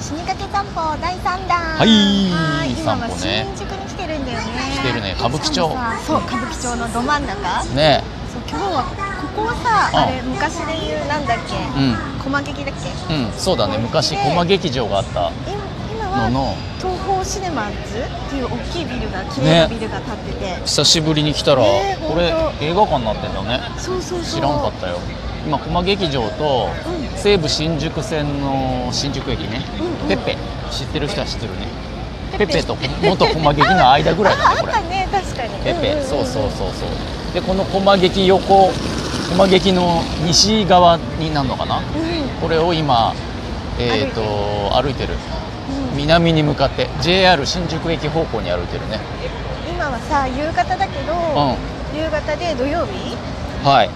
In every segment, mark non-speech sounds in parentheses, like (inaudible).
死にかけ散歩第三弾はいー今は散歩ね新宿に来てるんだよね来てるね歌舞伎町しかもさそう歌舞伎町のど真ん中そうね今日はここはさああれ昔で言うなんだっけ、うん駒劇だっけうんそうだね昔駒劇場があった今今のはの東宝シネマズっていう大きいビルが綺ね麗なビルが建ってて、久しぶりに来たら、ねこれほん映画館になってんだねそうそうそう知らんかったよ今駒劇場とうん西武新宿線の新宿駅ね、うんうんペッペ知ってる人は知ってるねペペッペッペと元駒劇の間ぐらいあだ (laughs) あっねこれたね確かにペッペ、んんんそうそうそうそうでこの駒劇横駒劇の西側になるのかなうんこれを今えっ、と歩いてるうん南に向かって JR 新宿駅方向に歩いてるね今はさ夕方だけど、夕方で土曜日うんはい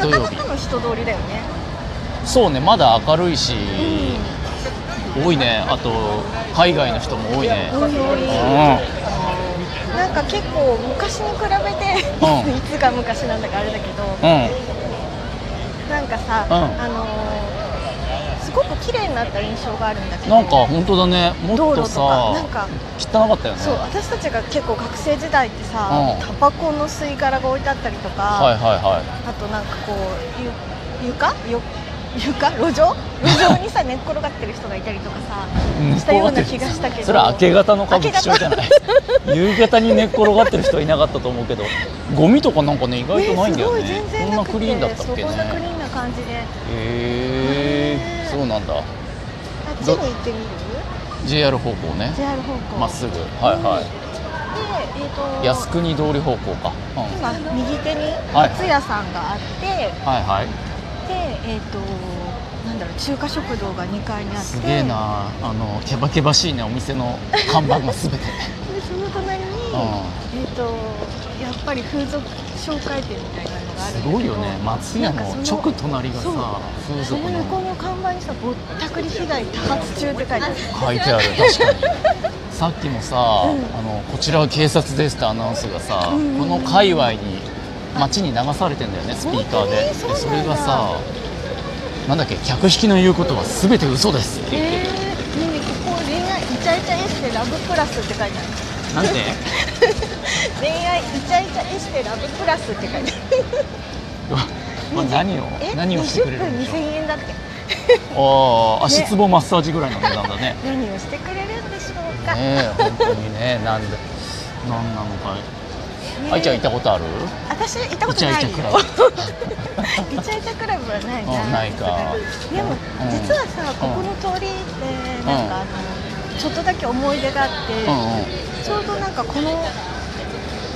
土なか曜な日かの人通りだよねそうねまだ明るいし、多いねあと海外の人も多いね多い多いうんなんか結構昔に比べて、うんいつが昔なんだかあれだけど、うんなんかさ、うんあのーすごく綺麗になった印象があるんだけどなんか本当だねもっ道路ととさかなんか汚かったよねそう私たちが結構学生時代ってさ、うんタバコの吸い殻が置いてあったりとか、はいはあとなんかこうゆ床よ床路上路上に (laughs) さ寝っ転がってる人がいたりとかさいはいしたような気がしたけどそれは明け方の歌舞伎町じゃない夕方に寝っ転がってる人はいなかったと思うけどゴミとかなんかね意外とないんだよすごねい全こ然んななくてクリーンだったっけそうこんなクリねーンな感じでねへえそうなんだあっちに行ってみる JR 方向ね JR 方向まっすぐはいはいでえっ、と靖国通り方向か、うん、はい今右手にはい松屋さんがあって、はいでえっ、となんだろう中華食堂が2階にあってすげえなあのけばけばしいねお店 (laughs) の看板がすべてでその隣に、えっ、とやっぱり風俗紹介店みたいなのがあるんだすけどごいよね松屋なんのかそ直隣がそうさ風そ俗のの横の看板にさぼったくり被害多発中って書いてある書いてある確かにさっきもさ、うんあのこちらは警察ですってアナウンスがさ、うんうんうんこの界隈に街に流されてんだよねスピーカーで本当にそうでなんだそれがさなんだっけ客引きの言うことは全て嘘ですって言ってえー、ねえねえここ恋愛イチャイチャエステラブプラスって書いてあるなんで (laughs) 恋愛イチャイチャエステラブプラスって書いてあるまあ何 (laughs) をえ何をしてくれるんでし20分2000円だってょうああ足つぼマッサージぐらいの値段 (laughs) だね (laughs) 何をしてくれるんでしょうか、ねえ本当にねなんでなんなのかねえ愛ちゃん行ったことある私行ったことないよイ (laughs) イチチャイチャイチャクラブはないなうんないかでも、うん実はさここの通りってなんかあの、ちょっとだけ思い出があって、うんうんちょうどなんかこの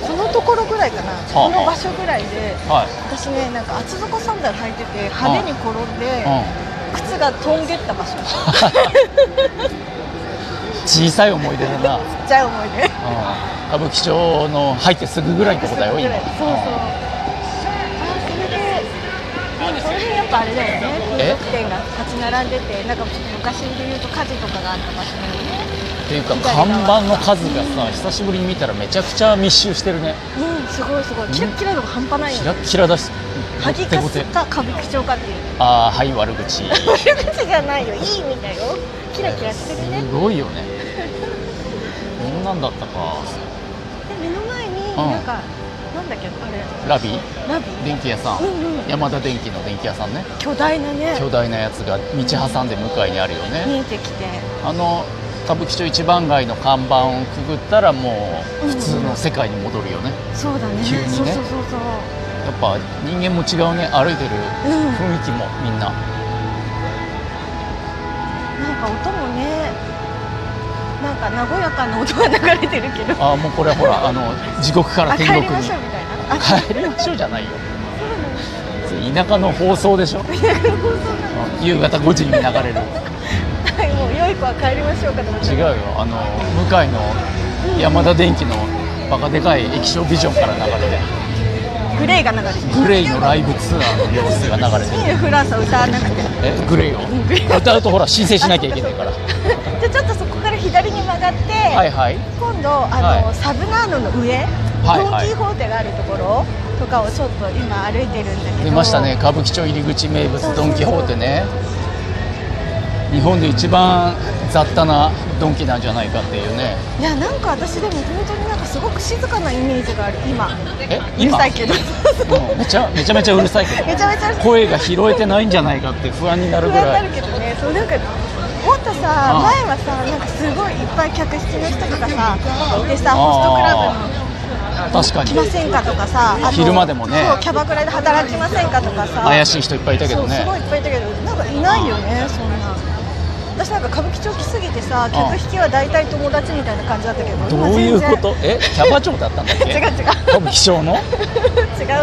このところぐらいかな、あこの場所ぐらいで、はい私ねなんか厚底サンダル履いてて派手に転んで、う靴が飛んでった場所ん小さい思い出だな、うん、じゃあ思い出歌舞伎町の入ってすぐぐらいのとこだよ今そうそうあそれででもその辺やっぱあれだよねえ風俗店が立ち並んでてなんか昔で言うと火事とかがあった場所なのねっていうか看板の数がさ久しぶりに見たらめちゃくちゃ密集してるねうんすごいすごいキラッキラのが半端ないよキねラッキラだし萩ボッテかボすテか歌舞伎町かっていうああはい悪口す悪口じゃないよいい意味だよキラキラしてるねでごいよねこんなんだったか目の前になんか、なんだっけあれラビラビ電気屋さん、うんうん山田電機の電気屋さんね巨大なね巨大なやつが道挟んで向かいにあるよね、見えてきてあの歌舞伎町一番街の看板をくぐったらもう普通の世界に戻るよね、そうだね急にねそうそうそうそうやっぱ人間も違うね歩いてるうん雰囲気もみんななんか音もねなんか和やかな音が流れてるけどああもうこれはほ (laughs) らあの地獄からあ天帰国りまにしょうみたいなあ帰りましょうじゃないよ田舎の放送でしょ夕方5時に流れるはいもう良い子は帰りましょうかと思って違うよあの向井の山田電機のバカでかい液晶ビジョンから流れてグレーが流れてるグレイのライブツアーの様子が流れてるいいよフランスは歌わなくてえグレイを歌うとほら申請しなきゃいけないからは (laughs) じゃあちょっとそこから左に曲がって、いはい今度あの、はいサブナーノの上、はいドン・キホーテがあるところとかをちょっと今歩いてるんだけど出ましたね歌舞伎町入り口名物ドン・キホーテね日本で一番雑多なドンキなんじゃないかっていうねいやなんか私でも本当になんかすごく静かなイメージがある今えうる今さいけどうんめちゃめちゃめちゃうるさいけど (laughs) めちゃめちゃうるさい声が拾えてないんじゃないかって不安になる不ぐ安にらないるけどねそうなんかもっとさああ前はさなんかすごいいっぱい客引きの人とかさでさああホストクラブの確かに来ませんかとかさあと昼間でもねそうキャバクラで働きませんかとかさ怪しい人いっぱいいたけどそうねすごいいっぱいいたけどなんかいないよねそんな私なんか歌舞伎町来すぎてさ客引きは大体友達みたいな感じだったけどど今うい全う然ことえキャバ嬢だったんだっ (laughs) け違う違う歌舞伎町違うのよ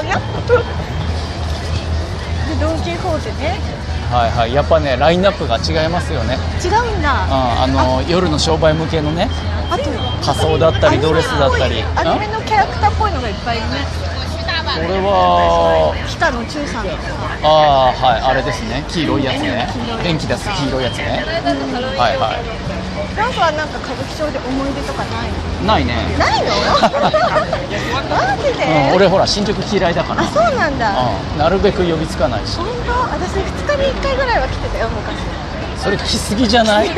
(laughs) でドン・キホーテねはいはいやっぱねラインナップが違いますよね、違うんうん、だああの夜の商売向けのねと仮装だったりドレスだったりんアニメのキャラクターっぽいのがいっぱいいるねこれは北野中さんとかさああはいあれですね黄色いやつね電気出す黄色いやつねはいはフランスはなんか歌舞伎町で思い出とかないのいないね、ないのマジで、 (laughs) うん、俺ほら新宿嫌いだからあそうなんだ、うん、なるべく呼びつかないし本当私2日に1回ぐらいは来てたよ昔それ来すぎじ (laughs) ゃない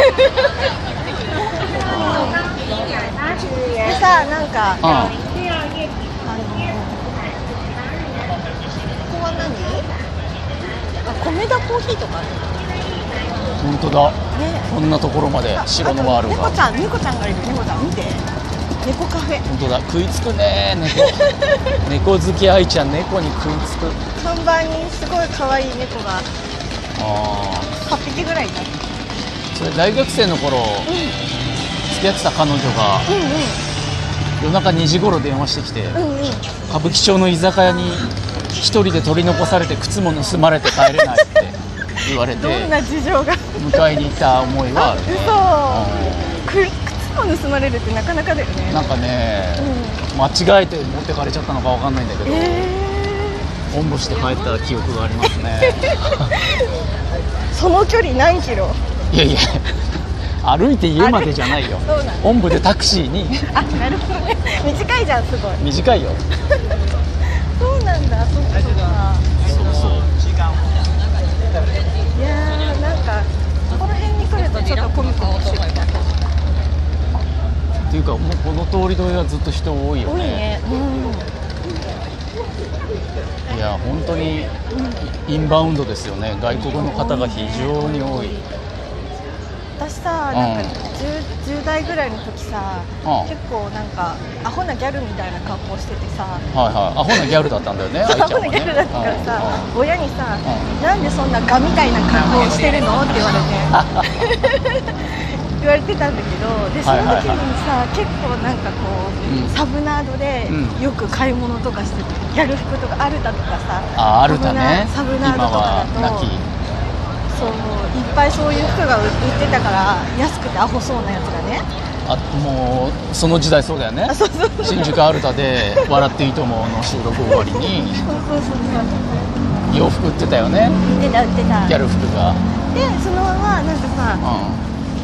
でさなんか、うんあのここは何あ米田コーヒーとかある本当だねこんなところまで白のワールあとが猫ちゃん猫ちゃんがいる猫ちゃん見て猫カフェ本当だ食いつくね猫猫好き愛ちゃん猫に食いつく看板にすごい可愛い猫がああ8匹ぐらいいたそれ大学生の頃うん付き合ってた彼女が夜中2時頃電話してきてうんうんうんうん歌舞伎町の居酒屋に一人で取り残されて靴も盗まれて帰れないって言われてどんな事情が迎えに行った思いはあるあ嘘く靴も盗まれるってなかなかだよねなんかうねん間違えて持ってかれちゃったのかわかんないんだけどえおんぶして帰った記憶がありますねー、その距離何キロいやいや歩いて家までじゃないよ歩いてそうなのおんぶでタクシー (laughs) にあなるほどね短いじゃんすごい短いよそうなんだそっかそっかそうそういやーなんかこの辺に来るとちょっとコミコミしてきたっていうかもうこの通り沿いはずっと人多いよ多いねねうんいや本当にインバウンドですよね外国の方が非常に多い私さなんか 10, 10代ぐらいの時さ、うん結構なんかアホなギャルみたいな格好しててさ、はいはいアホなギャルだったんだ (laughs) よね愛アちゃんホはなねギャルだったからさ、親にさ、うなんでそんなガみたいな格好をしてるのって言われて (laughs) 言われてたんだけどでその時にさ、結構なんかこう、うんサブナードでうんよく買い物とかしててギャル服とかアルタとかさああるだねサブナード今とかだはと亡きそういっぱいそういう服が売ってたから安くてアホそうなやつがねあもうその時代そうだよねあそうそうそう新宿アルタで「笑っていいとも」の収録終わりにそうそうそう洋服売ってたよね売ってた売ってたギャでル服が、そのままなんかうん、さは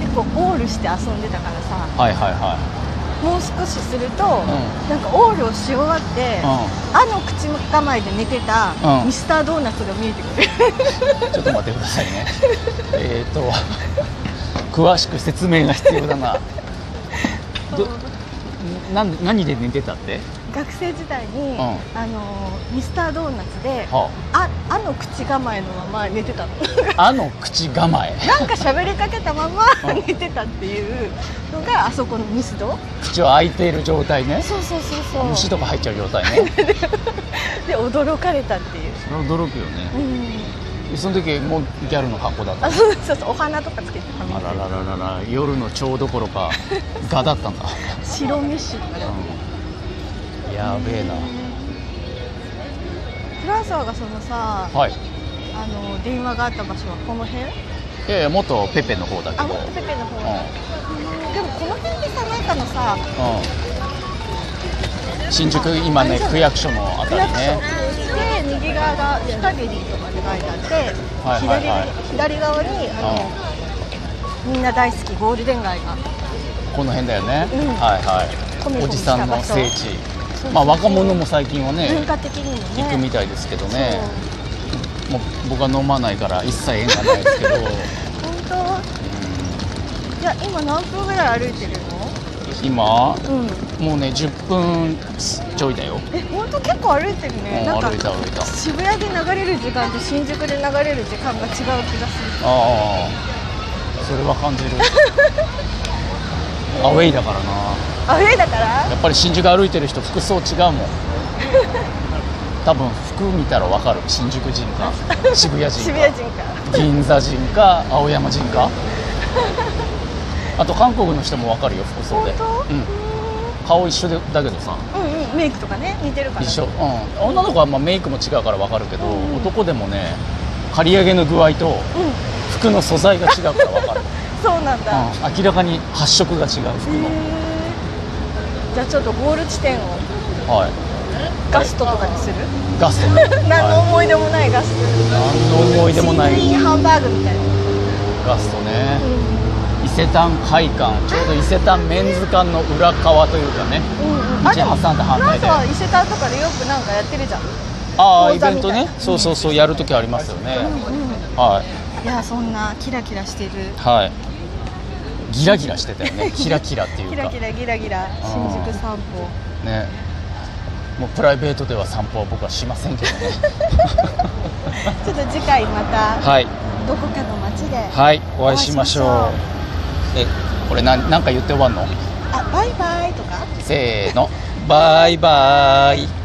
結構オールして遊んでたからさいはいはもう少しすると、んなんかオールをし終わって、あの口構えで寝てた、うんミスタードーナツが見えてくるいちょっと待ってください (laughs) ねえっと詳しく説明が必要だなどなん何で寝てたって (laughs) 学生時代に、んあのーミスタードーナツで、はああの口構えのまま寝てたの (laughs) ああの口構えなんか喋りかけたままうん寝てたっていうのがあそこのミスド口を開いている状態ねそうそうそうそう虫とか入っちゃう状態ねで驚かれたっていうそれ驚くよねうんその時もうギャルの格好だったあそうそうそうお花とかつけてたあのららららら夜の蝶どころ (laughs) か蛾だったんだ、白飯うん、やべえなフランスワがそのさはいあの電話があった場所はこの辺いやいや元ペペの方だけあどもっとペペのう方、んでもこの辺でさなんかのさうん新宿今ね区役所のあ区た役り所ねで右側がヒカゲリとかって書いてあって、はいはいはい左左側にあの、みんな大好きゴールデン街がこの辺だよね、うんはいコミはコいおミじしさたん場の所聖地そうそうまあ若者も最近は文ね化的にもね行くみたいですけどねもう僕は飲まないから一切縁がないですけどそう本いや今何分ぐらい歩いてるの今うんもうね10分ちょいだよえ本当結構歩いてるねなもんかう歩いた歩いた渋谷で流れる時間と新宿で流れる時間が違う気がするああそれは (laughs) 感じるアウェイだからなアウェイだからやっぱり新宿歩いてる人服装違う (laughs) もん多分服見たら分かる新宿人 (laughs) か渋谷人渋か谷人か銀座人か青山人 (laughs) かあと韓国の人も分かるよ服装で本当うん、顔一緒でだけどさうんうんメイクとかね似てるから一緒、うん、女の子はまあメイクも違うから分かるけど、男でもね刈り上げの具合とうん服の素材が違うから (laughs) 分かる、そうなんだ、へうん、明らかに発色が違う服の、えじゃあちょっとゴール地点をはいガストとかにするガスト (laughs) 何の思い出もないガスト何の思い出もない新品ハンバーグみたいな、ガストねうん伊勢丹会館ちょうど伊勢丹メンズ館の裏側というかねうんうん、道挟んだ反対でなんか伊勢丹とかでよくなんかやってるじゃん、うああイ講座ベみンたトいなねそうそうそうやるときありますよねん、はいいやそんなキラキラしてるはいギラギラしてたよねキラキラっていうキかラキラギラギラ新宿散歩ねもうプライベートでは散歩は僕はしませんけどねちょっと次回またはいどこかの街で、はいお会いしましょうお会いしえこれ何何か言って終わんのあバイバイとかせーのバイバイ